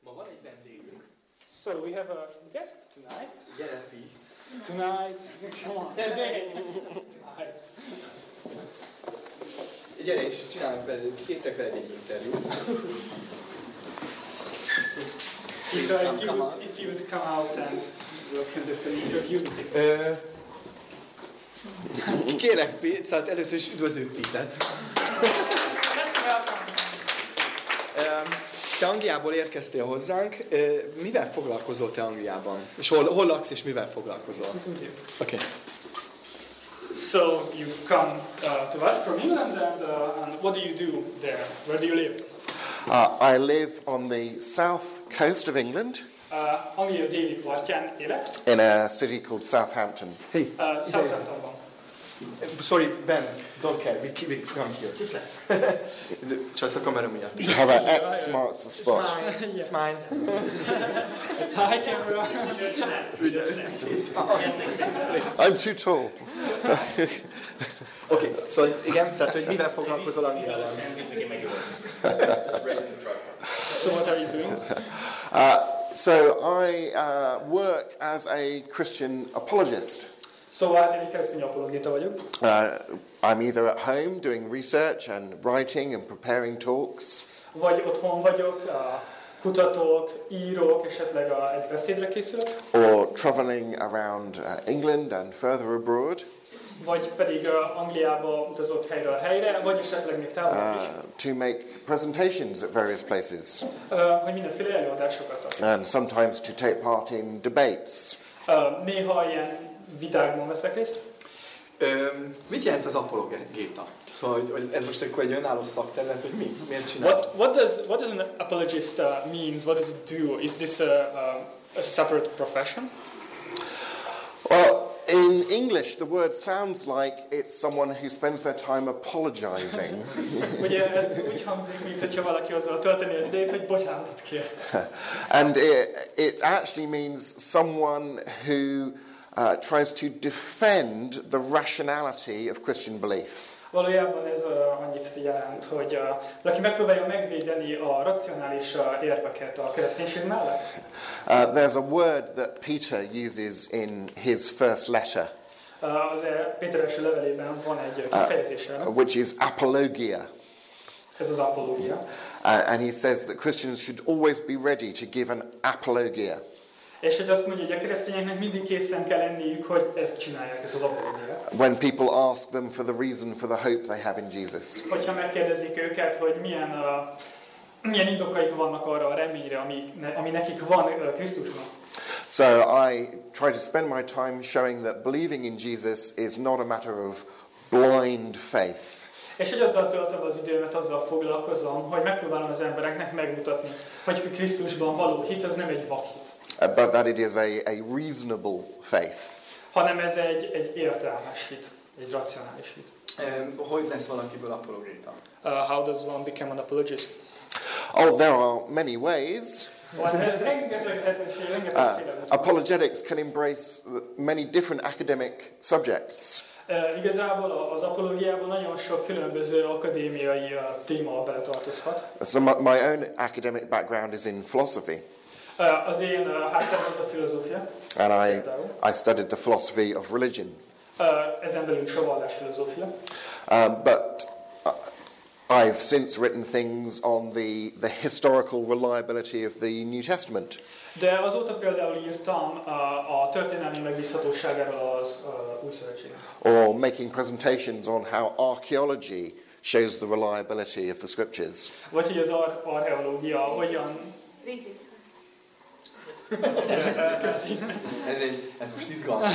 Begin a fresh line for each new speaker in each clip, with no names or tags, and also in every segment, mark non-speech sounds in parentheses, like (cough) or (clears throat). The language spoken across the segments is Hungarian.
Ma van egy vendégünk.
So we have a guest tonight.
Gyere, Pít.
Tonight, come (laughs) on, today. Tonight.
Gyere és csinálunk veled, készítek veled egy interjút.
If, uh, if, you would, if you would come out and we'll conduct an interview.
Ö, Kérlek, Pít, szóval először is üdvözlünk Pítet.
Let's welcome.
Ö, Te Angliából érkeztél hozzánk. Ö, Mivel foglalkozol te Angliában? És hol, hol laksz és mivel foglalkozol?
Listen to you.
Oké.
So you've come uh, to us from England, and, uh, and what do you do there? Where do you live?
Uh, I live on the south coast of England
Uh, Anglia déli partján élek,
in a city called Southampton.
Hey,
uh, Southamptonban.
sorry, Ben, don't care, we, we come here. Csak a kamera miatt.
How that X marks the spot.
Smile.
Hi camera.
I'm too tall.
Oké, okay, szóval igen, tehát hogy mivel foglalkozol Angliában?
(laughs) So what are you doing?
Uh, so I uh, work as a Christian apologist.
Szóval én egy keresztény apologéta vagyok.
Uh, I'm either at home doing research and writing and preparing talks,
Vagy otthon vagyok, uh, kutatok, írok, esetleg a, egy beszédre készülök,
or travelling around uh, England and further abroad
vagy pedig uh, Angliába utazok helyről helyre, vagy esetleg még távolabb is,
uh, to make presentations at various places,
uh, hogy mindenféle előadásokat ad.
and sometimes to take part in debates.
Uh, néha ilyen vitákban veszek részt.
Öm, mit jelent az apologéta? Szóval hogy- hogy ez most akkor egy önálló szakterület, hogy mi? Miért csinál?
What, what, does, what does an apologist uh, means? What does it do? Is this a, a, a separate profession?
Well, in English, the word sounds like it's someone who spends their time apologizing.
Ugye ez úgy hangzik, mintha valaki azzal tölteni az idejét, hogy bocsánatot kér.
and it, it actually means someone who uh, tries to defend the rationality of Christian belief.
Valójában ez uh, annyit jelent, hogy uh, valaki megpróbálja megvédeni a racionális uh, érveket a kereszténység mellett.
Uh, there's a word that Peter uses in his first letter,
Uh, az e- Péter első levelében van egy uh, kifejezés erre,
uh, which is apologia.
ez az apológia.
Uh, and he says that Christians should always be ready to give an apologia.
És hogy azt mondja, hogy a keresztényeknek mindig készen kell lenniük, hogy ezt csinálják, ez az apológia.
When people ask them for the reason for the hope they have in Jesus.
Hogyha megkérdezik őket, hogy milyen, uh, milyen indokaik vannak arra a reményre, ami, ne, ami nekik van uh, Krisztusnak.
So I try to spend my time showing that believing in Jesus is not a matter of blind faith,
És hogy azzal töltöm az időmet, azzal foglalkozom, hogy megpróbálom az embereknek megmutatni, hogy Krisztusban való hit az nem egy vakhit,
uh, but that it is a, a reasonable faith.
hanem ez egy, egy értelmes hit, egy racionális hit.
Öm, Hogy lesz valakiből apologéta?
Uh, how does one become an apologist?
Oh, there are many ways.
Van rengeteg lehetőség,
Uh,
rengeteg
apologetics can embrace many different academic subjects.
uh, Igazából a- az apológiában nagyon sok különböző akadémiai uh, téma beletartozhat.
So my, my own academic background is in philosophy,
Uh, az én uh, hátterem az a filozófia,
and I,
például.
I studied the philosophy of religion.
Uh, ezen belül is a vallásfilozófia.
Um, but uh, I've since written things on the, the historical reliability of the New Testament.
De azóta például írtam a, a történelmi megbízhatóságáról az a, új szövetségnek.
or making presentations on how archaeology shows the reliability of the scriptures.
Vagy hogy az ar- archeológia hogyan...
Three
Köszi.
Ez, egy, ez most izgalmas.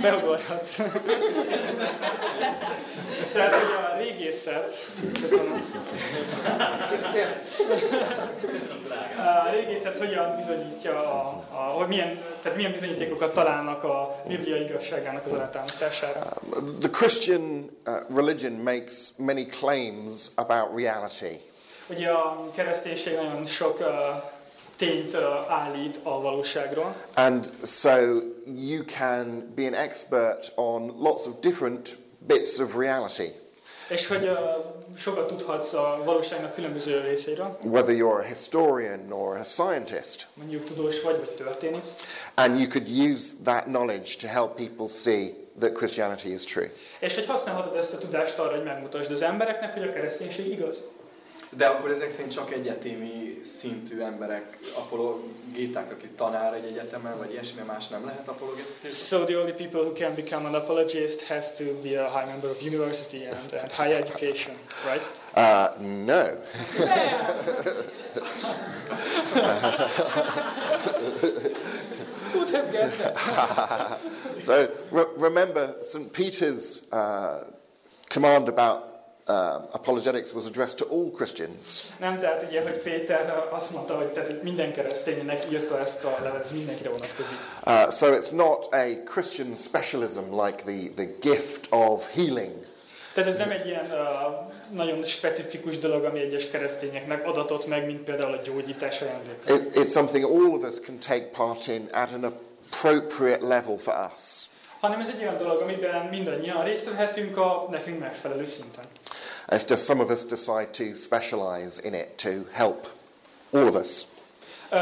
Beugorhatsz. Tehát, hogy a régészet... Köszönöm. A régészet hogyan bizonyítja, a, a, hogy milyen, tehát milyen bizonyítékokat találnak a Biblia igazságának az alátámasztására.
The Christian uh, religion makes many claims about reality.
Ugye a kereszténység nagyon sok uh, tényt uh, állít a valóságról.
And so you can be an expert on lots of different bits of reality.
És hogy ö, sokat tudhatsz a valóságnak különböző részéről,
whether you're a historian or a scientist.
mondjuk tudós vagy, vagy történész,
And you could use that knowledge to help people see that Christianity is true.
és hogy használhatod ezt a tudást arra, hogy megmutasd az embereknek, hogy a kereszténység igaz.
De akkor ezek szerint csak egyetemi szintű emberek apologéták, aki tanár egy egyetemen, vagy ilyesmi, más nem lehet apologéták.
So the only people who can become an apologist has to be a high member of university and, and higher education, right?
Uh, no. (laughs)
Would have guessed.
So re- remember, St. Peter's uh, command about uh, apologetics was addressed to all Christians.
Nem, tehát ugye, hogy Péter azt mondta, hogy tehát minden kereszténynek írta ezt a levelet, ez mindenkire vonatkozik.
Uh, so it's not a Christian specialism like the, the gift of healing.
Tehát ez nem egy ilyen uh, nagyon specifikus dolog, ami egyes keresztényeknek adatott meg, mint például a gyógyítás ajándéka.
It, it's something all of us can take part in at an appropriate level for us.
Hanem ez egy olyan dolog, amiben mindannyian részt vehetünk a nekünk megfelelő szinten.
It's just some of us decide to specialize in it to help all of us.
Ö,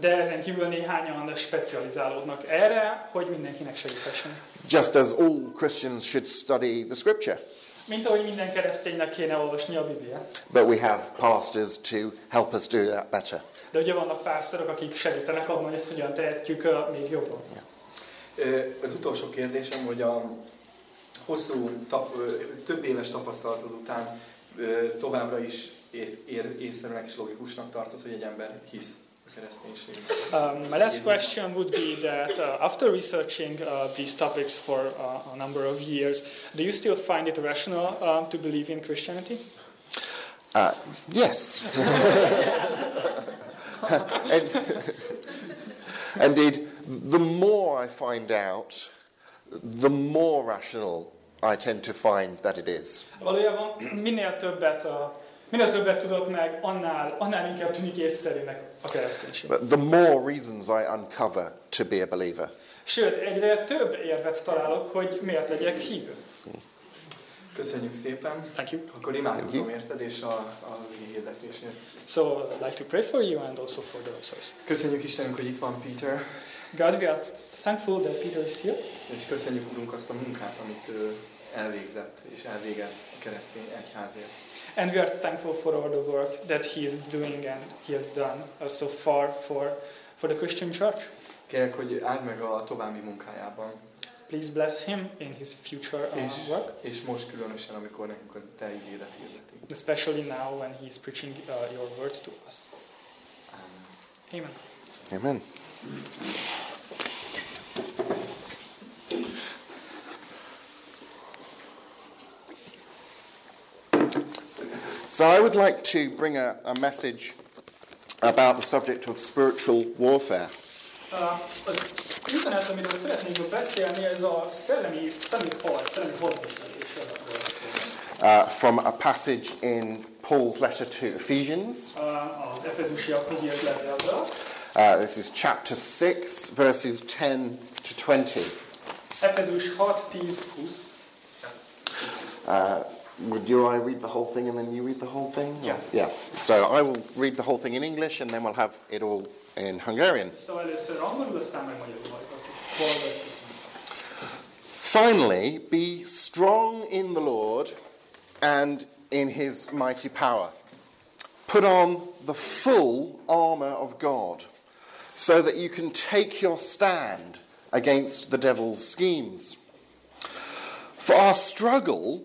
De ezen kívül néhányan specializálódnak erre, hogy mindenkinek segíthessen.
Just as all Christians should study the scripture,
Mint ahogy minden kereszténynek kéne olvasni a Bibliát.
but we have pastors to help us do that better.
De ugye vannak pásztorok, akik segítenek abban, hogy ezt hogyan tehetjük ö, még jobban.
Ö, Az utolsó kérdésem, hogy a hosszú, tap, ö, több éves tapasztalatod után ö, továbbra is ér, ér, észszerűnek és logikusnak tartod, hogy egy ember hisz a kereszténységben.
Um, my last question would be that uh, after researching uh, these topics for uh, a number of years, do you still find it rational um, to believe in Christianity?
Uh, yes. (laughs) And- indeed, the more I find out, the more rational I tend to find that it is.
Valójában minél többet, uh, minél többet tudok meg, annál, annál inkább tűnik észszerűnek a kereszténység.
But the more reasons I uncover to be a believer.
Sőt, egyre több érvet találok, hogy miért legyek hívő.
Köszönjük szépen!
Thank you.
Akkor imádkozom érted és a, a hirdetésért.
So I'd like to pray for you and also for the source.
Köszönjük Istenünk, hogy itt van Peter,
God, we are thankful that Peter is here.
és köszönjük Urunk azt a munkát, amit ő elvégzett és elvégez a keresztény egyházért.
And we are thankful for all the work that he is doing and he has done uh, so far for, for the Christian church.
Kérek, hogy áld meg a további munkájában,
Please bless him in his future uh,
és,
work,
és most különösen, amikor nekünk a Te ígéret hirdeti.
especially now when he is preaching uh, your word to us.
Amen.
Amen.
Amen. So, I would like to bring a, a message about the subject of spiritual warfare.
Uh, az üzenet, amiről szeretnék beszélni, ez a szellemi, szellemi harc, szellemi harcviselésről.
uh, from a passage in Paul's letter to Ephesians.
Uh, az Efezusiakhoz írt levélből.
Uh, this is chapter 6, verses 10 to 20.
Efezus 6, 10, 20.
Uh, would you I read the whole thing and then you read the whole thing?
Yeah.
Yeah. So I will read the whole thing in English and then we'll have it all in Hungarian.
Szóval először angolul, aztán meg magyarul hallgatjuk. Hallgatjuk.
Finally, be strong in the Lord and in his mighty power. Put on the full armour of God so that you can take your stand against the devil's schemes. For our struggle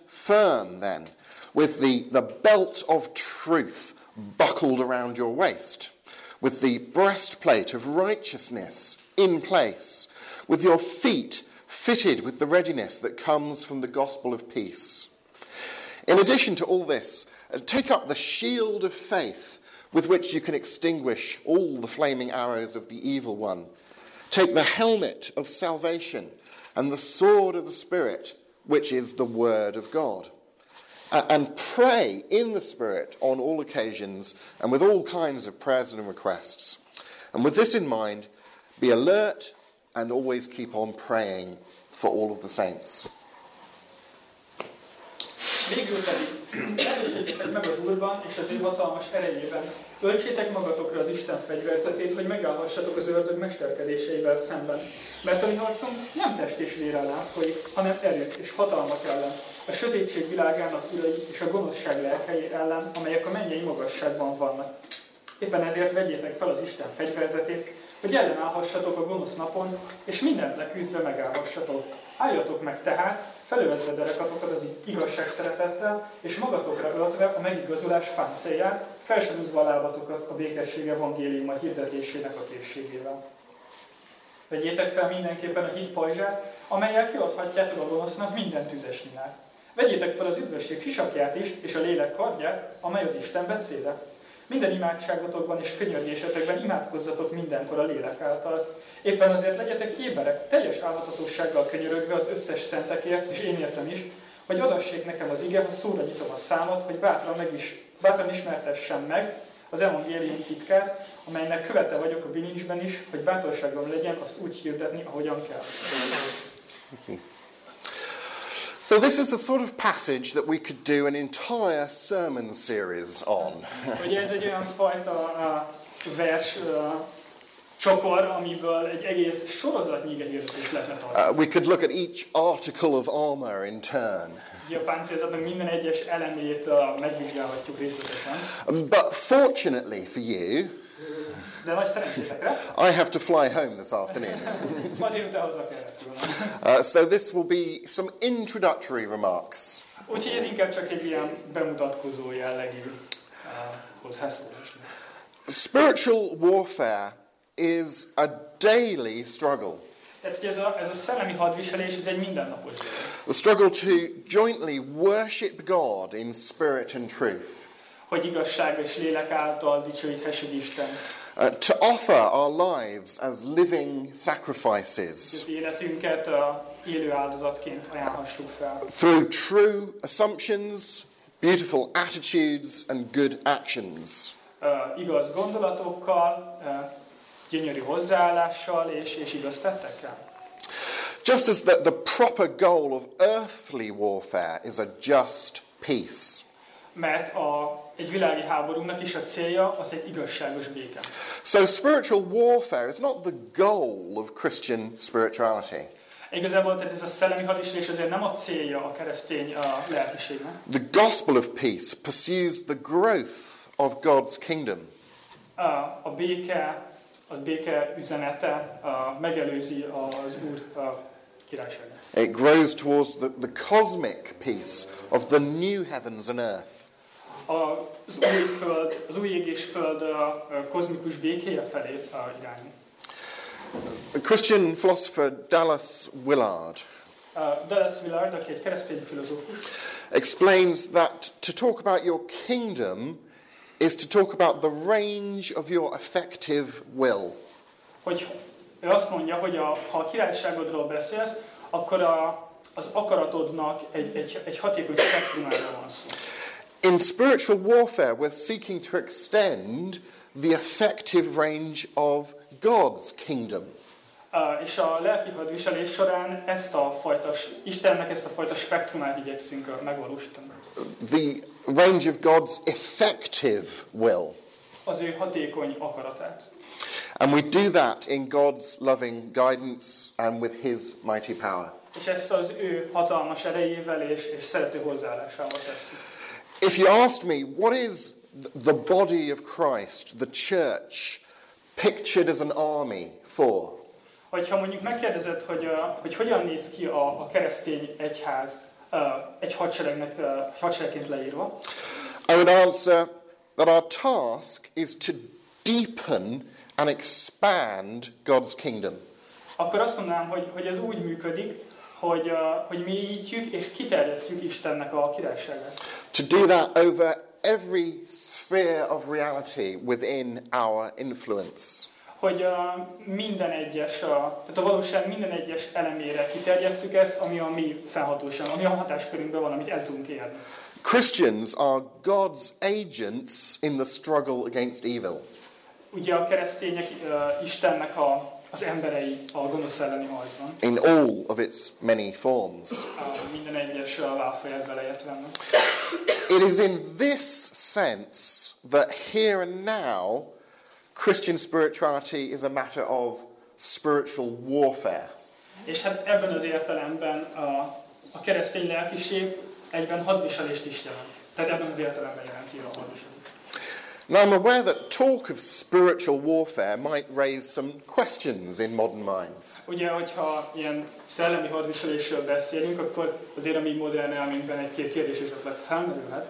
firm then, with the, the belt of truth buckled around your waist, with the breastplate of righteousness in place, with your feet fitted with the readiness that comes from the gospel of peace. In addition to all this, uh, take up the shield of faith with which you can extinguish all the flaming arrows of the evil one. Take the helmet of salvation and the sword of the Spirit, which is the Word of God. A- and pray in the Spirit on all occasions and with all kinds of prayers and requests. And with this in mind, be alert and always keep on praying for all of the saints.
Végül pedig (clears throat) erősödjetek meg az Úrban és az ő hatalmas erejében. Öltsétek magatokra az Isten fegyverzetét, hogy megállhassatok az ördög mesterkedéseivel szemben. Mert a mi harcunk nem test és vér ellen folyik, hanem erők és hatalmak ellen. A sötétség világának urai és a gonoszság lelkei ellen, amelyek a mennyei magasságban vannak. Éppen ezért vegyétek fel az Isten fegyverzetét, hogy ellenállhassatok a gonosz napon, és mindent leküzdve megállhassatok. Álljatok meg tehát, felöltve derekatokat az igazság szeretettel, és magatokra öltve a megigazulás páncélját, felsúzva a lábatokat a békesség evangéliuma hirdetésének a készségével. Vegyétek fel mindenképpen a hit pajzsát, amelyel kiadhatjátok a gonosznak minden tüzes nyilát. Vegyétek fel az üdvösség sisakját is, és a lélek kardját, amely az Isten beszéde. Minden imádságotokban és könyörgésetekben imádkozzatok mindenkor a lélek által. Éppen azért legyetek éberek, teljes álhatatossággal könyörögve az összes szentekért, és én értem is, hogy adassék nekem az ige, ha szóra nyitom a számot, hogy bátran, meg is, bátran ismertessem meg az evangélium titkát, amelynek követe vagyok a bilincsben is, hogy bátorságom legyen azt úgy hirdetni, ahogyan kell.
So, this is the sort of passage that we could do an entire sermon series on.
Ugye ez egy olyan fajta a, vers a, csokor, amiből egy egész sorozatnyi igehirdetés lehetne tartani.
Uh, we could look at each article of armour in turn.
Ugye a páncélzatnak minden egyes elemét a, megvizsgálhatjuk részletesen,
Um, But fortunately for you,
de nagy szerencsétekre
I have to fly home this afternoon.
ma délután hozzá kellett volna.
Uh, so, this will be some introductory remarks.
Úgyhogy ez inkább csak egy ilyen bemutatkozó jellegű uh, hozzászólás lesz.
Spiritual warfare is a daily struggle.
Tehát ugye ez a, ez a szellemi hadviselés, ez egy mindennapos dolog.
The struggle to jointly worship God in spirit and truth,
Hogy igazság és lélek által dicsőíthessük Istent.
uh, to offer our lives as living
Az
sacrifices
életünket a élő áldozatként ajánlhassuk fel.
through true assumptions, beautiful attitudes, and good actions.
Ö, igaz gondolatokkal, ö, gyönyörű hozzáállással és, és igaz tettekkel.
Just as the, the proper goal of earthly warfare is a just peace.
Mert a, egy világi háborúnak is a célja az egy igazságos béke.
So, spiritual warfare is not the goal of Christian spirituality.
Igazából tehát ez a szellemi hadviselés azért nem a célja a keresztény a lelkiségnek.
The gospel of peace pursues the growth of God's kingdom.
A, a béke, a béke üzenete a, megelőzi az Úr a királyságát.
It grows towards the, the cosmic peace of the new heavens and earth.
A, az, új föld, az új ég és föld a, a kozmikus békéje felé a, irányul.
The Christian philosopher Dallas Willard
A Dallas Willard, aki egy keresztény filozófus,
explains that to talk about your kingdom is to talk about the range of your effective will.
hogy ő azt mondja, hogy a, ha a királyságodról beszélsz, akkor a, az akaratodnak egy, egy, egy hatékony spektrumára van szó.
In spiritual warfare, we're seeking to extend the effective range of God's kingdom.
Uh, és a lelki hadviselés során ezt a fajta, Istennek ezt a fajta spektrumát igyekszünk uh, megvalósítani.
the range of God's effective will.
Az ő hatékony akaratát.
And we do that in God's loving guidance and with His mighty power.
És ezt az ő hatalmas erejével és, és szerető hozzáállásával tesszük.
If you asked me, what is th- the body of Christ, the church, pictured as an army for?
Hogyha mondjuk megkérdezed, hogy, uh, hogy hogyan néz ki a, a keresztény egyház uh, egy hadseregnek, uh, hadseregként leírva,
I would answer that our task is to deepen and expand God's kingdom.
akkor azt mondanám, hogy, hogy ez úgy működik, hogy, uh, hogy mi így hívjuk és kiterjesztjük Istennek a királyságát.
to do that over every sphere of reality within our influence.
Hogy uh, minden egyes, uh, tehát a valóság minden egyes elemére kiterjesztjük ezt, ami a mi felhatóság, ami a hatáskörünkben van, amit el tudunk érni.
Christians are God's agents in the struggle against evil.
Ugye a keresztények uh, Istennek a, az emberei a gonosz elleni harcban,
in all of its many forms.
uh, minden egyes uh, válfaját beleértve. ennek.
It is in this sense that here and now Christian spirituality is a matter of spiritual warfare.
És hát ebben az értelemben a, a keresztény lelkiség egyben hadviselést is jelent. Tehát ebben az értelemben jelenti a hadviselést.
Now, I'm aware that talk of spiritual warfare might raise some questions in modern minds.
Ugye, hogyha ilyen szellemi hadviselésről beszélünk, akkor azért a mi modern elménkben egy-két kérdés esetleg felmerülhet.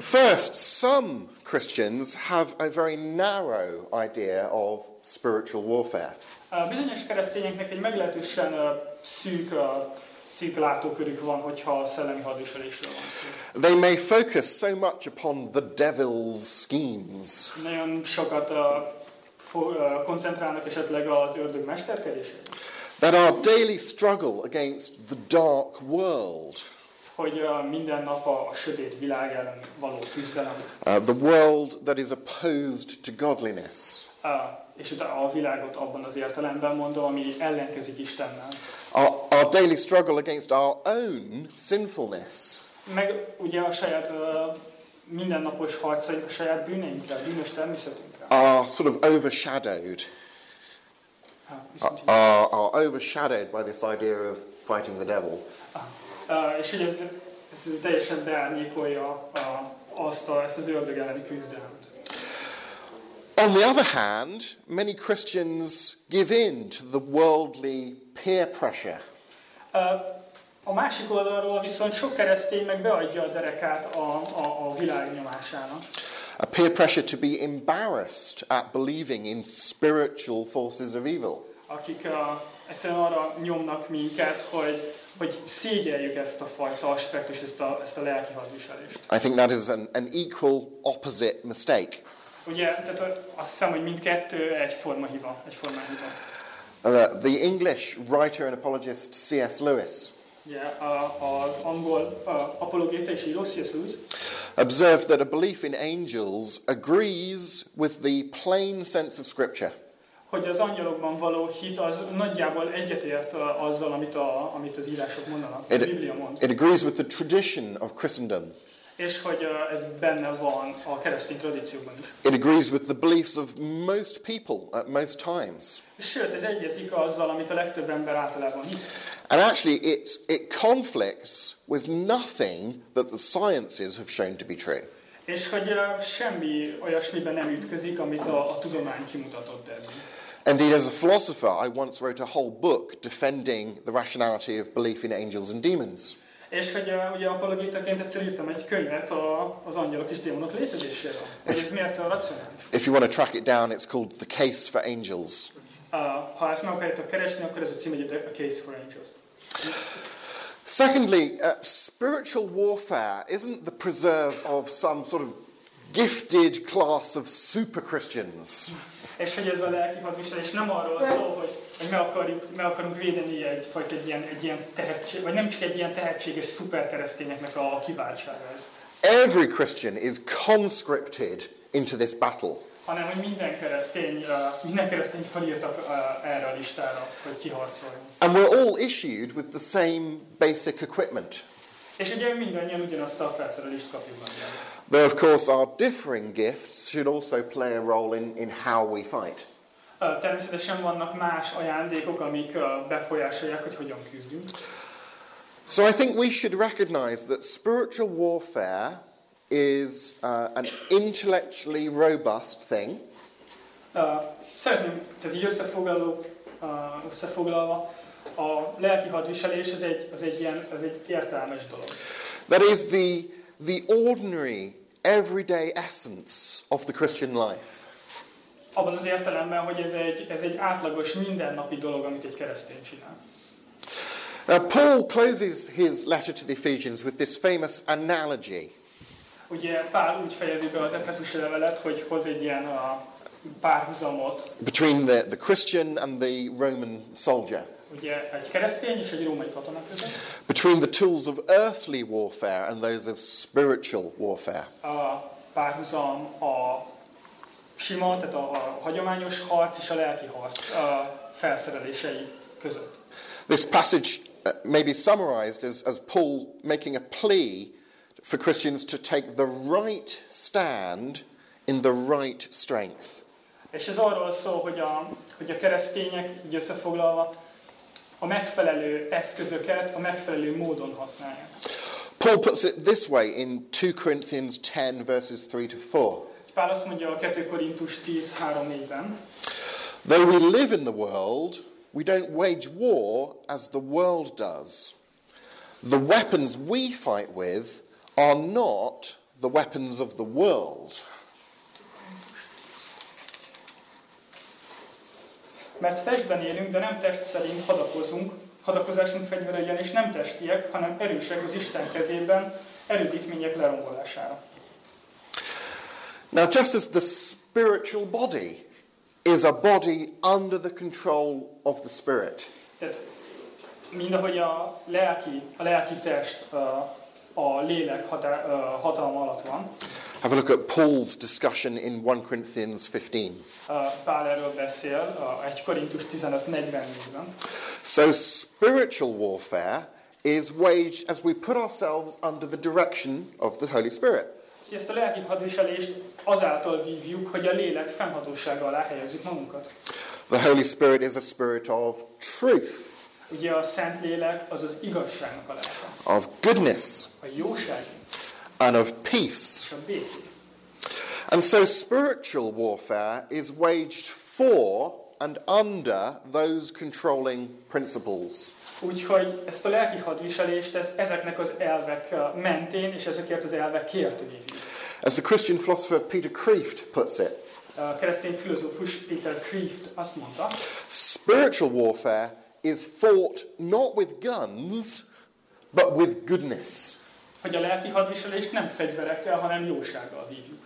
First, some Christians have a very narrow idea of spiritual warfare.
A bizonyos keresztényeknek egy meglehetősen ö, szűk, ö, szűk látókörük van, hogyha a szellemi hadviselésről van szó.
They may focus so much upon the devil's schemes
Nagyon sokat a, fo, ö, koncentrálnak esetleg az ördög mesterkedésére.
that our daily struggle against the dark world,
hogy ö, minden nap a, a sötét világ ellen való küzdelem,
uh, the world that is opposed to godliness,
ö, és utána a világot abban az értelemben mondom, ami ellenkezik Istennel.
our, our daily struggle against our own sinfulness,
Meg ugye a saját ö, mindennapos harcaink a saját bűneinkre, bűnös természetünkre.
are sort of overshadowed,
Á, Hát, viszont így.
are, are overshadowed by this idea of fighting the devil.
Ö, És ugye ez, ez teljesen beárnyékolja a, azt a, ezt az ördög elleni küzdelmet.
On the other hand, many Christians give in to the worldly peer pressure.
Ö, A másik oldalról viszont sok keresztény meg beadja a derekát a, a, a világ nyomásának.
A peer pressure to be embarrassed at believing in spiritual forces of evil.
akik a, egyszerűen arra nyomnak minket, hogy, hogy szégyeljük ezt a fajta aspektust, ezt a, ezt a lelki hadviselést.
I think that is an, an equal opposite mistake.
Ugye, tehát azt hiszem, hogy mindkettő egyforma hiba, egyforma hiba.
Uh, the English writer and apologist C.S. Lewis
Ugye a, az angol a, apologéta és író, C.S. Lewis,
observed that a belief in angels agrees with the plain sense of Scripture.
hogy az angyalokban való hit az nagyjából egyetért a- azzal, amit, a, amit az írások mondanak, a Biblia mond.
it agrees with the tradition of Christendom.
És hogy a, ez benne van a keresztény tradícióban is.
It agrees with the beliefs of most people at most times.
Sőt, ez egyezik azzal, amit a legtöbb ember általában hisz.
And actually, it, it conflicts with nothing that the sciences have shown to be true.
És hogy ö, semmi olyasmiben nem ütközik, amit a, a tudomány kimutatott eddig.
Indeed, as a philosopher, I once wrote a whole book defending the rationality of belief in angels and demons.
És hogy ö, ugye apologétaként egyszer írtam egy könyvet a, az angyalok és démonok létezéséről, hogy ez miért a racionális.
If you want to track it down, it's called The Case for Angels.
Ö, Ha ezt meg akarjátok keresni, akkor ez a cím egy a Case for Angels.
Secondly, uh, spiritual warfare isn't the preserve of some sort of gifted class of super Christians.
És hogy ez a lelki hadviselés nem arról szól, hogy, hogy meg, akarjuk, meg akarunk védeni egyfajta egy ilyen, egy ilyen tehetség, vagy nem csak egy ilyen tehetséges szuperkeresztényeknek a kiváltsága ez,
Every Christian is conscripted into this battle.
hanem hogy minden keresztény, ö, minden keresztény felírtak ö, erre a listára, hogy kiharcoljon.
And we're all issued with the same basic equipment.
És ugye mindannyian ugyanazt a felszerelést kapjuk meg.
Though, of course, our differing gifts should also play a role in, in how we fight.
Ö, Természetesen vannak más ajándékok, amik ö, befolyásolják, hogy hogyan küzdünk.
So I think we should recognize that spiritual warfare is uh, an intellectually robust thing,
Ö, Szeretném, tehát így összefoglaló, ö, összefoglalva, a lelki hadviselés az egy, az egy, ilyen, az egy értelmes dolog.
that is, the, the ordinary, everyday essence of the Christian life.
Abban az értelemben, hogy ez egy, ez egy átlagos, mindennapi dolog, amit egy keresztény csinál.
Now, Uh, Paul closes his letter to the Ephesians with this famous analogy.
Ugye Pál úgy fejezi be az Efeszusi levelet, hogy hoz egy ilyen a párhuzamot,
between the, the Christian and the Roman soldier,
ugye egy keresztény és egy római katona között,
between the tools of earthly warfare and those of spiritual warfare.
a párhuzam a sima, tehát a, a hagyományos harc és a lelki harc a felszerelései között.
This passage uh, may be summarized as, as Paul making a plea for Christians to take the right stand in the right strength.
És ez arról szól, hogy a, hogy a keresztények, így összefoglalva, a megfelelő eszközöket a megfelelő módon használják.
Paul puts it this way in 2 Corinthians 10, verses 3 to 4.
Pál azt mondja a 2 Korintus 10.3.4-ben,
Though we live in the world, we don't wage war as the world does. The weapons we fight with are not the weapons of the world.
Mert testben élünk, de nem test szerint hadakozunk, hadakozásunk fegyvere ugyanis nem testiek, hanem erősek az Isten kezében erődítmények lerombolására.
Now, just as the spiritual body is a body under the control of the spirit,
Tehát mindahogy a lelki, a lelki test a, a lélek hatá, a hatalma alatt van,
have a look at Paul's discussion in 1 Corinthians 15.
a Pál erről beszél a 1 Korintus 15.44-ben.
So, spiritual warfare is waged as we put ourselves under the direction of the Holy Spirit.
És ezt a lelki hadviselést azáltal vívjuk, hogy a lélek fennhatósága alá helyezzük magunkat.
The Holy Spirit is a spirit of truth,
Ugye a szent lélek az az igazságnak a lelke,
of goodness,
a jóság
and of peace.
és a békét.
And so spiritual warfare is waged for and under those controlling principles.
Úgyhogy ezt a lelki hadviselést ezt ezeknek az elvek eh, mentén és ezekért az elvekért ügyünk.
As the Christian philosopher Peter Kreeft puts it,
A keresztény filozófus Peter Kreeft azt mondta,
spiritual warfare is fought not with guns, but with goodness.
hogy a lelki hadviselést nem fegyverekkel, hanem jósággal vívjuk.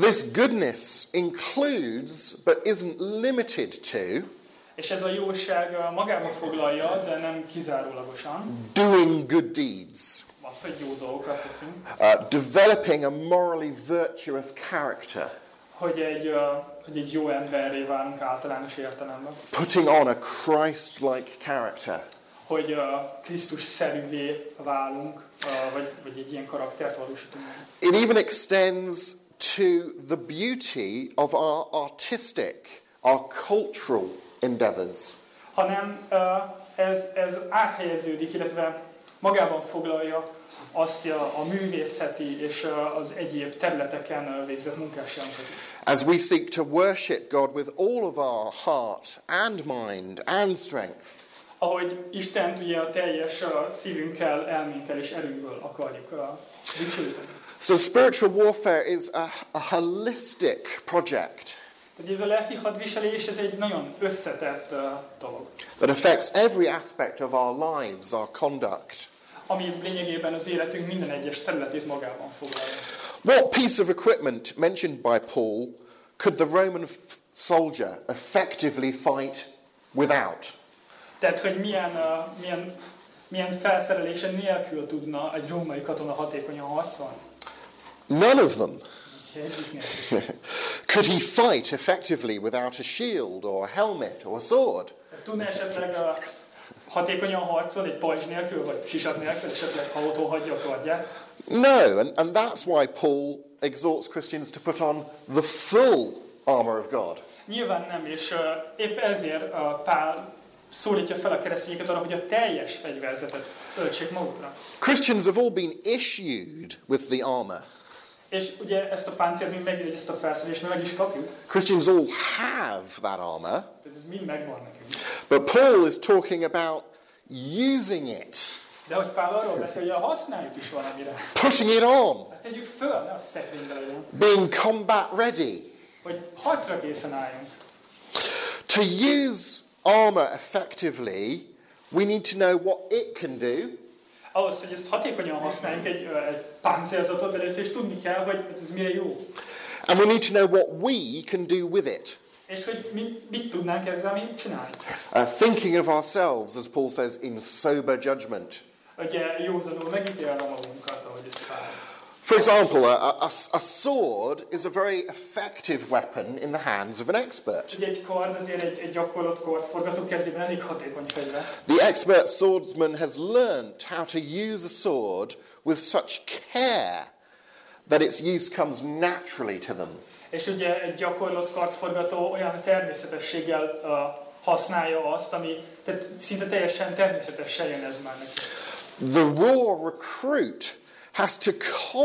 This goodness includes, but isn't limited to,
És ez a jóság eh, magába foglalja, de nem kizárólagosan,
doing good deeds.
az, hogy jó dolgokat teszünk,
uh, developing a morally virtuous character,
hogy egy, eh, hogy egy jó emberré válunk általános értelemben,
putting on a Christ like character.
hogy eh, Krisztus-szerűvé válunk, eh, vagy, vagy egy ilyen karaktert valósítunk meg.
It even extends to the beauty of our artistic, our cultural endeavours.
hanem ö, ez, ez áthelyeződik, illetve magában foglalja azt a, a művészeti és ö, az egyéb területeken ö, végzett munkásságunkat. is.
As we seek to worship God with all of our heart and mind and strength,
Ahogy Istent ugye a teljes ö, szívünkkel, elménkkel és erőnkből akarjuk ö, dicsőíteni.
so spiritual warfare is a, a holistic project
Tehát ez a lelki hadviselés, ez egy nagyon összetett ö, dolog,
that affects every aspect of our lives, our conduct,
ami lényegében az életünk minden egyes területét magában foglalja.
What piece of equipment mentioned by Paul could the Roman f- soldier effectively fight without?
Tehát, hogy milyen, uh, milyen, milyen felszerelése nélkül tudna egy római katona hatékonyan harcolni.
None of them. (laughs)
Úgyhogy egyik nélkül.
Could he fight effectively without a shield or a helmet or a sword?
Tudna esetleg uh, hatékonyan harcolni egy pajzs nélkül, vagy sisat nélkül, esetleg ha otthon hagyja a kardját.
No, and, and that's why Paul exhorts Christians to put on the full armour of God.
Nyilván nem, és uh, épp ezért uh, Pál szólítja fel a keresztényeket arra, hogy a teljes fegyverzetet öltsék magukra.
Christians have all been issued with the armour.
És ugye ezt a páncélt mi megint, hogy ezt a felszerelést mi meg is kapjuk,
Christians all have that armour,
tehát ez mind megvan nekünk.
but Paul is talking about using it.
De hogy Pál arról beszél, hogy ha használjuk is valamire,
putting it on,
hát tegyük föl, ne a szekrénybe legyen.
being combat ready.
hogy harcra készen álljunk.
To use armour effectively, We need to know what it can do
Ahhoz, hogy ezt hatékonyan használjuk, egy, ö, egy páncélzatot először is tudni kell, hogy ez mire jó.
and we need to know what we can do with it.
És hogy mi, mit tudnánk ezzel mi csinálni.
Uh, thinking of ourselves, as Paul says, in sober judgment.
Ugye józanul megítélem magunkat, ahogy ezt csináljuk.
For example, a, a- a s- a sword is a very effective weapon in the hands of an expert.
Ugye egy kard azért egy, egy gyakorlott kard forgató kezében elég hatékony fegyver.
The expert swordsman has learnt how to use a sword with such care that its use comes naturally to them.
És ugye egy gyakorlott kartforgató olyan természetességgel uh, használja azt, ami tehát szinte teljesen természetesen jön ez már neki.
The raw recruit has to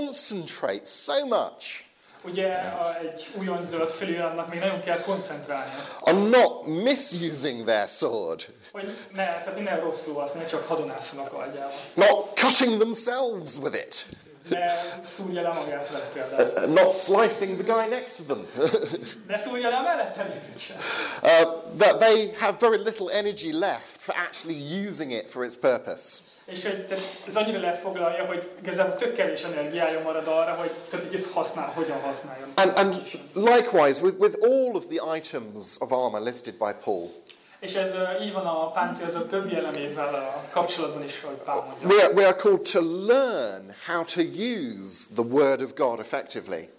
concentrate so much
Ugye a, egy újon zöld fülű, annak még nagyon kell koncentrálnia,
on not misusing their sword,
hogy ne, tehát hogy ne rosszul használja, ne csak hadonásznak agyával.
not cutting themselves with it,
Ne szúrja le magát vele például.
uh, not slicing the guy next to them. (laughs)
Ne szúrja le mellette lévőt sem.
Uh, that they have very little energy left for actually using it for its purpose.
És hogy tehát ez annyira lefoglalja, hogy igazából tök kevés energiája marad arra, hogy, tehát, hogy ezt használ, hogyan használjon.
And, and likewise, with, with all of the items of armour listed by Paul,
És ez ö, így van a páncélzó többi elemével a kapcsolatban is, hogy Pál mondja.
we are, we are called to learn how to use the Word of God effectively.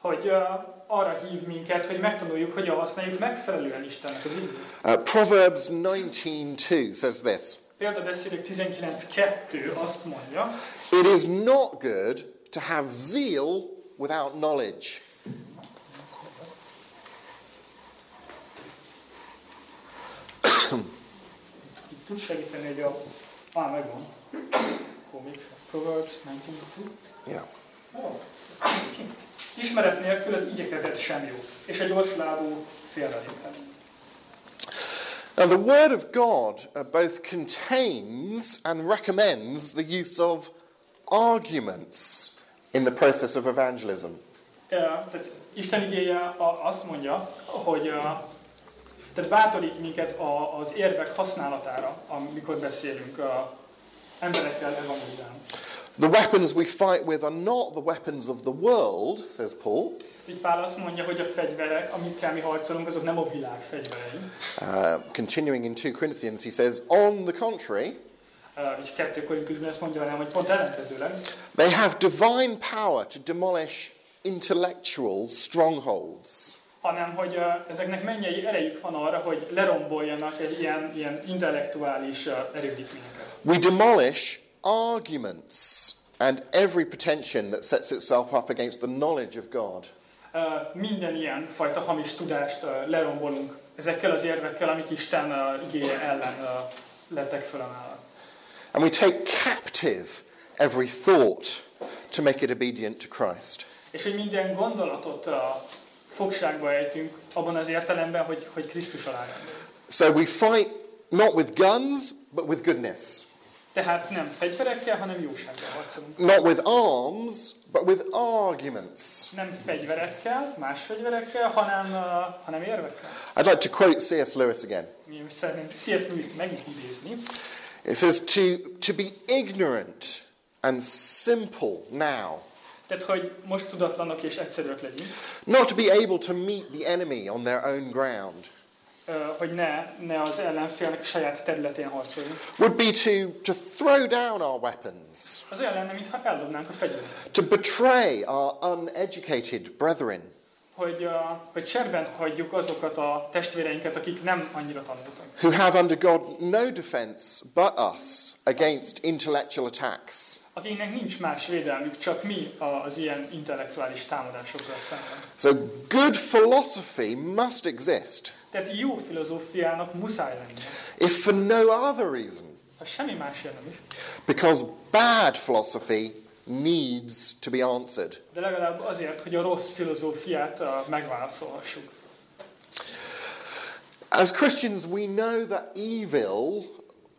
Hogy ö, arra hív minket, hogy megtanuljuk, hogyan használjuk megfelelően Istennek az igét.
Uh, Proverbs 19.2 says this
Példabeszédek 19.2 azt mondja,
It is not good to have zeal without knowledge.
itt tud segíteni, hogy a... Á, megvan. Komik. Proverbs 19.2.
Yeah.
Ismeret nélkül az igyekezet sem jó, és a gyors lábú félreléphet.
Now, the Word of God uh, both contains and recommends the use of arguments in the process of evangelism.
Ö, tehát Isten igéje a- azt mondja, hogy ö, tehát bátorít minket a- az érvek használatára, amikor beszélünk a emberekkel evangelizálni.
The weapons we fight with are not the weapons of the world, says Paul,
Így Pál azt mondja, hogy a fegyverek, amikkel mi harcolunk, azok nem a világ fegyverei.
Uh, continuing in 2 Corinthians, he says, On the contrary,
Ö, És kettő korintusban ezt mondja, hanem, hogy pont ellenkezőleg.
they have divine power to demolish intellectual strongholds.
hanem hogy ö, ezeknek mennyei erejük van arra, hogy leromboljanak egy ilyen, ilyen intellektuális ö, erődítményeket.
We demolish arguments and every pretension that sets itself up against the knowledge of God.
Ö, Minden ilyen fajta hamis tudást ö, lerombolunk ezekkel az érvekkel, amik Isten ö, igéje ellen ö, lettek fölemelve.
And we take captive every thought to make it obedient to Christ.
És hogy minden gondolatot ö, fogságba ejtünk abban az értelemben, hogy, hogy Krisztus alá rendeljük.
So we fight not with guns, but with goodness.
Tehát nem fegyverekkel, hanem jósággal harcolunk.
Not with arms, but with arguments.
Nem fegyverekkel, más fegyverekkel, hanem, ö, hanem érvekkel.
I'd like to quote C.S. Lewis again.
Mi szeretném C.S. Lewis-t megidézni.
It says, to, to be ignorant and simple now,
Tehát, hogy most tudatlanok és egyszerűek legyünk,
not to be able to meet the enemy on their own ground,
ö, hogy ne, ne az ellenfélnek a saját területén harcoljunk.
would be to, to throw down our weapons,
Az olyan lenne, mintha eldobnánk a fegyvert.
to betray our uneducated brethren,
Hogy, ö, hogy cserben hagyjuk azokat a testvéreinket, akik nem annyira tanultak.
who have under God no defence but us against intellectual attacks.
Akiknek nincs más védelmük, csak mi a- az ilyen intellektuális támadásokkal szemben.
So good philosophy must exist,
Tehát jó filozófiának muszáj lenni.
if for no other reason,
Ha semmi másért nem is,
because bad philosophy needs to be answered.
de legalább azért, hogy a rossz filozófiát ö, megválaszolhassuk.
As Christians, we know that evil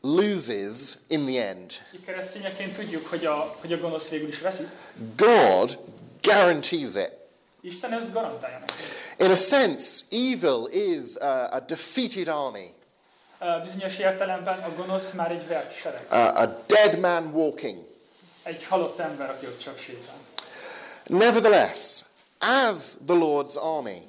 loses in the end.
Mi keresztényeként tudjuk, hogy a, hogy a gonosz végül is veszít.
God guarantees it.
Isten ezt garantálja nekünk.
In a sense, evil is a, a uh, defeated army.
Ö, Ö, Bizonyos értelemben a gonosz már egy vert sereg.
uh, a dead man walking.
Egy halott ember, aki ott csak sétál.
Nevertheless, as the Lord's army,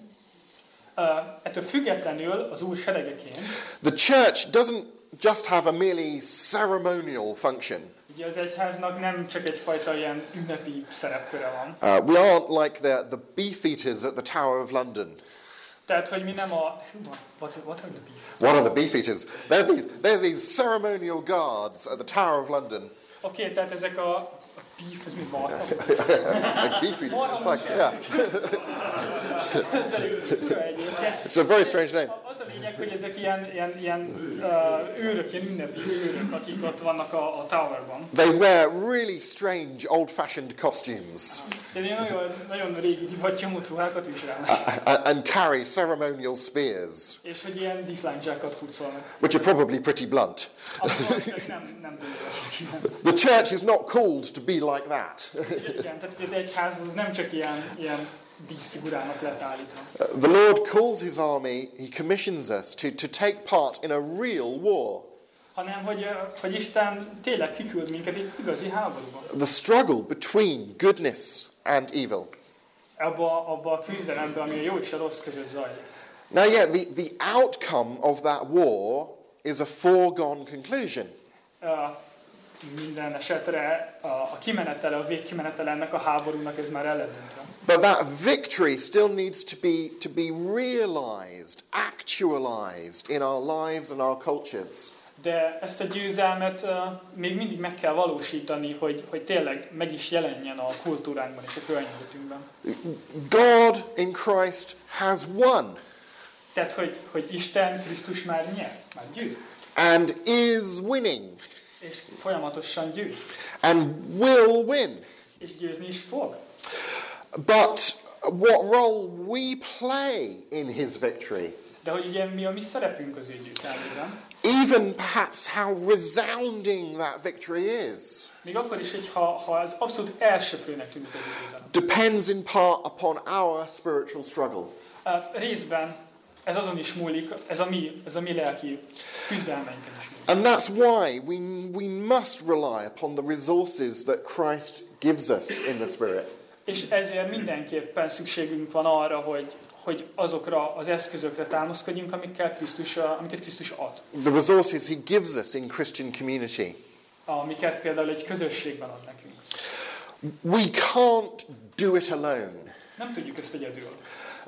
Ö, Ettől függetlenül az úr seregeként,
the church doesn't just have a merely ceremonial function.
ugye az egyháznak nem csak egyfajta ilyen ünnepi szerepköre van.
Uh, we aren't like the, the beefeaters at the Tower of London.
Tehát, hogy mi nem a... hú, What, what are the beef?
What are the beefeaters? They're these, they're these ceremonial guards at the Tower of London.
Oké, okay, tehát ezek a... A beef, ez mi marha?
Like beefeaters. Like, yeah.
Ez elég fura egyébként.
It's a very strange name.
A- Az a lényeg, hogy ezek ilyen, ilyen, ilyen uh, őrök, ilyen ünnepi őrök, akik ott vannak a, a towerban.
They wear really strange old fashioned costumes
De ilyen nagyon, nagyon régi divattyomot ruhákat is rá.
uh, and carry ceremonial spears,
És hogy ilyen diszlányzsákat kucolnak.
which are probably pretty blunt.
Azt valószínűleg nem, nem tudják.
The church is not called to be like that.
Igen, tehát hogy az egyház az nem csak ilyen, ilyen díszfigurának lett állítva.
Uh, The Lord calls his army, he commissions us to, to take part in a real war.
Hanem, hogy, ö, hogy Isten tényleg kiküld minket egy igazi háborúba.
The struggle between goodness and evil.
Abba, abba a küzdelembe, ami a jó és a rossz között zajlik.
Now, yeah, the, the outcome of that war is a foregone conclusion.
Ö, minden esetre a, a kimenetele, a végkimenetele ennek a háborúnak ez már eledöntve.
But that victory still needs to be, to be realized, actualized in our lives and our cultures.
De ezt a győzelmet ö, még mindig meg kell valósítani, hogy, hogy tényleg meg is jelenjen a kultúránkban és a környezetünkben.
God in Christ has won
Tehát, hogy, hogy Isten Krisztus már nyert, már győz,
and is winning
és folyamatosan győz,
and will win.
és győzni is fog.
But what role we play in his victory,
De hogy ugye mi a mi szerepünk az ő győzelmében,
even perhaps how resounding that victory is,
még akkor is, hogyha ha ez abszolút elsöprőnek tűnik az ő győzelem.
depends in part upon our spiritual struggle.
Hát részben ez azon is múlik, ez a mi, ez a mi lelki küzdelmeinken is múlik.
And that's why we, we must rely upon the resources that Christ gives us in the Spirit.
És ezért mindenképpen szükségünk van arra, hogy, hogy azokra az eszközökre támaszkodjunk, amikkel Krisztus, amiket Krisztus ad.
The resources he gives us in Christian community.
Amiket például egy közösségben ad nekünk.
We can't do it alone.
Nem tudjuk ezt egyedül.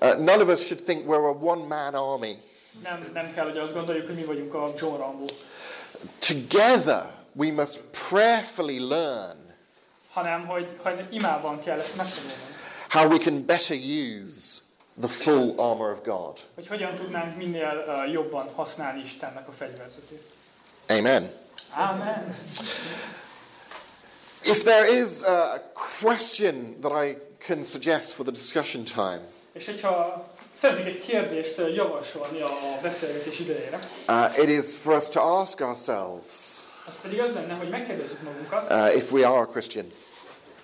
Uh, none of us should think we're a one man army.
Nem, nem kell, hogy azt gondoljuk, hogy mi vagyunk a John Rambo,
Together, we must prayerfully learn
hanem hogy, hogy imában kell ezt megtanulnunk.
how we can better use the full armour of God.
Hogy hogyan tudnánk minél uh, jobban használni Istennek a fegyverzetét.
Amen.
Amen.
If there is a question that I can suggest for the discussion time,
És hogyha szeretnék egy kérdést ö, javasolni a beszélgetés idejére,
uh, it is for us to ask ourselves
az pedig az lenne, hogy megkérdezzük magunkat,
uh, if we are a Christian,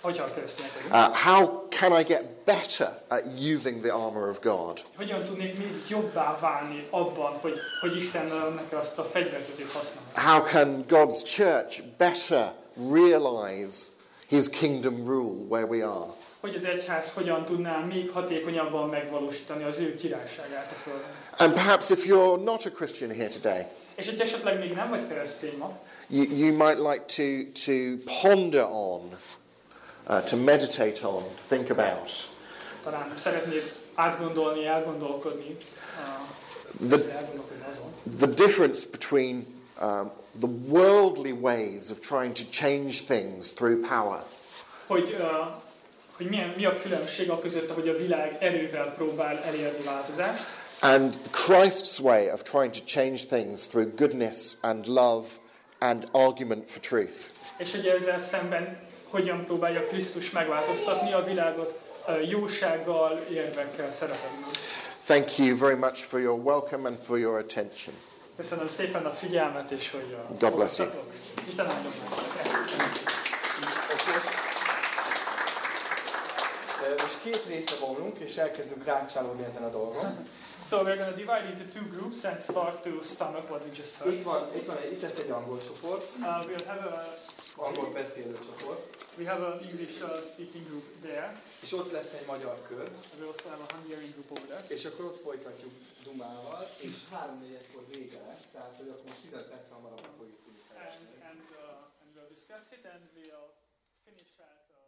hogyha keresztények vagyunk,
uh, how can I get better at using the armour of God?
hogyan tudnék még jobbá válni abban, hogy, hogy Istennek azt a fegyverzetét használni.
How can God's church better realise his kingdom rule where we are?
Hogy az egyház hogyan tudná még hatékonyabban megvalósítani az ő királyságát a Földön.
And perhaps if you're not a Christian here today,
És hogy esetleg még nem vagy keresztény ma,
you, you might like to, to ponder on, uh, to meditate on, think about
talán szeretnéd átgondolni, elgondolkodni, ö,
The-
elgondolkodni azon,
the difference between um, the worldly ways of trying to change things through power
hogy, ö, hogy milyen, mi a különbség a között, hogy a világ erővel próbál elérni változást,
and Christ's way of trying to change things through goodness and love and argument for truth.
és hogy ezzel szemben hogyan próbálja Krisztus megváltoztatni a világot ö, jósággal, érvekkel, szeretettel.
Thank you very much for your welcome and for your attention.
Köszönöm szépen a figyelmet, és hogy... ö,
God bless you.
Isten áldjon meg.
Of course, Ö, Most két részre vonulunk, és elkezdünk rákcsálódni ezen a dolgon.
So we're going to divide into two groups and start to stomach what we just heard.
Itt, van, itt, van, egy- itt lesz egy angol csoport,
Uh, we'll have a
angol beszélő csoport,
we have an English uh, speaking group there.
és ott lesz egy magyar kör,
And we also have a Hungarian group over there.
és akkor ott folytatjuk Dumával, és 3 kor vége lesz, tehát hogy akkor most 15 perc hamarabb fogjuk tudni
And
felejteni.
and uh, and we'll discuss it and we'll finish at. Uh,